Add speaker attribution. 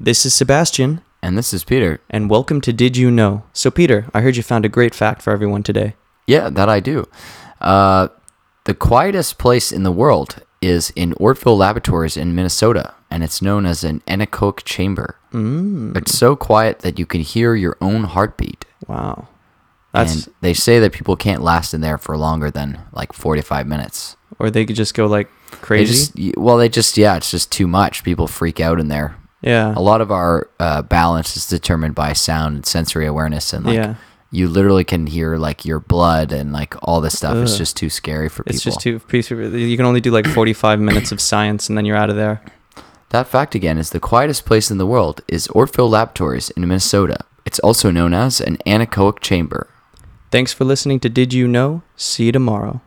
Speaker 1: This is Sebastian,
Speaker 2: And this is Peter.
Speaker 1: and welcome to Did You Know? So, Peter, I heard you found a great fact for everyone today.
Speaker 2: Yeah, that I do. Uh, the quietest place in the world is in Ortville Laboratories in Minnesota, and it's known as an anechoic chamber. Mm. It's so quiet that you can hear your own heartbeat.
Speaker 1: Wow. That's,
Speaker 2: and they say that people can't last in there for longer than like 45 minutes.
Speaker 1: or they could just go like
Speaker 2: They
Speaker 1: crazy.
Speaker 2: just, y- well, they just, yeah, it's just too much. People freak out in there.
Speaker 1: yeah.
Speaker 2: A lot of our uh, balance is determined by sound and sensory awareness, and like
Speaker 1: yeah.
Speaker 2: you literally can hear like your blood and like all this stuff. It's
Speaker 1: Ugh.
Speaker 2: just too scary for people.
Speaker 1: It's just too peaceful. You can only do like 45 minutes of science and then you're out of there.
Speaker 2: That fact again is the quietest place in the world is Ortville Laboratories in Minnesota. It's also known as an anechoic chamber.
Speaker 1: Thanks for listening to Did You Know? See you tomorrow.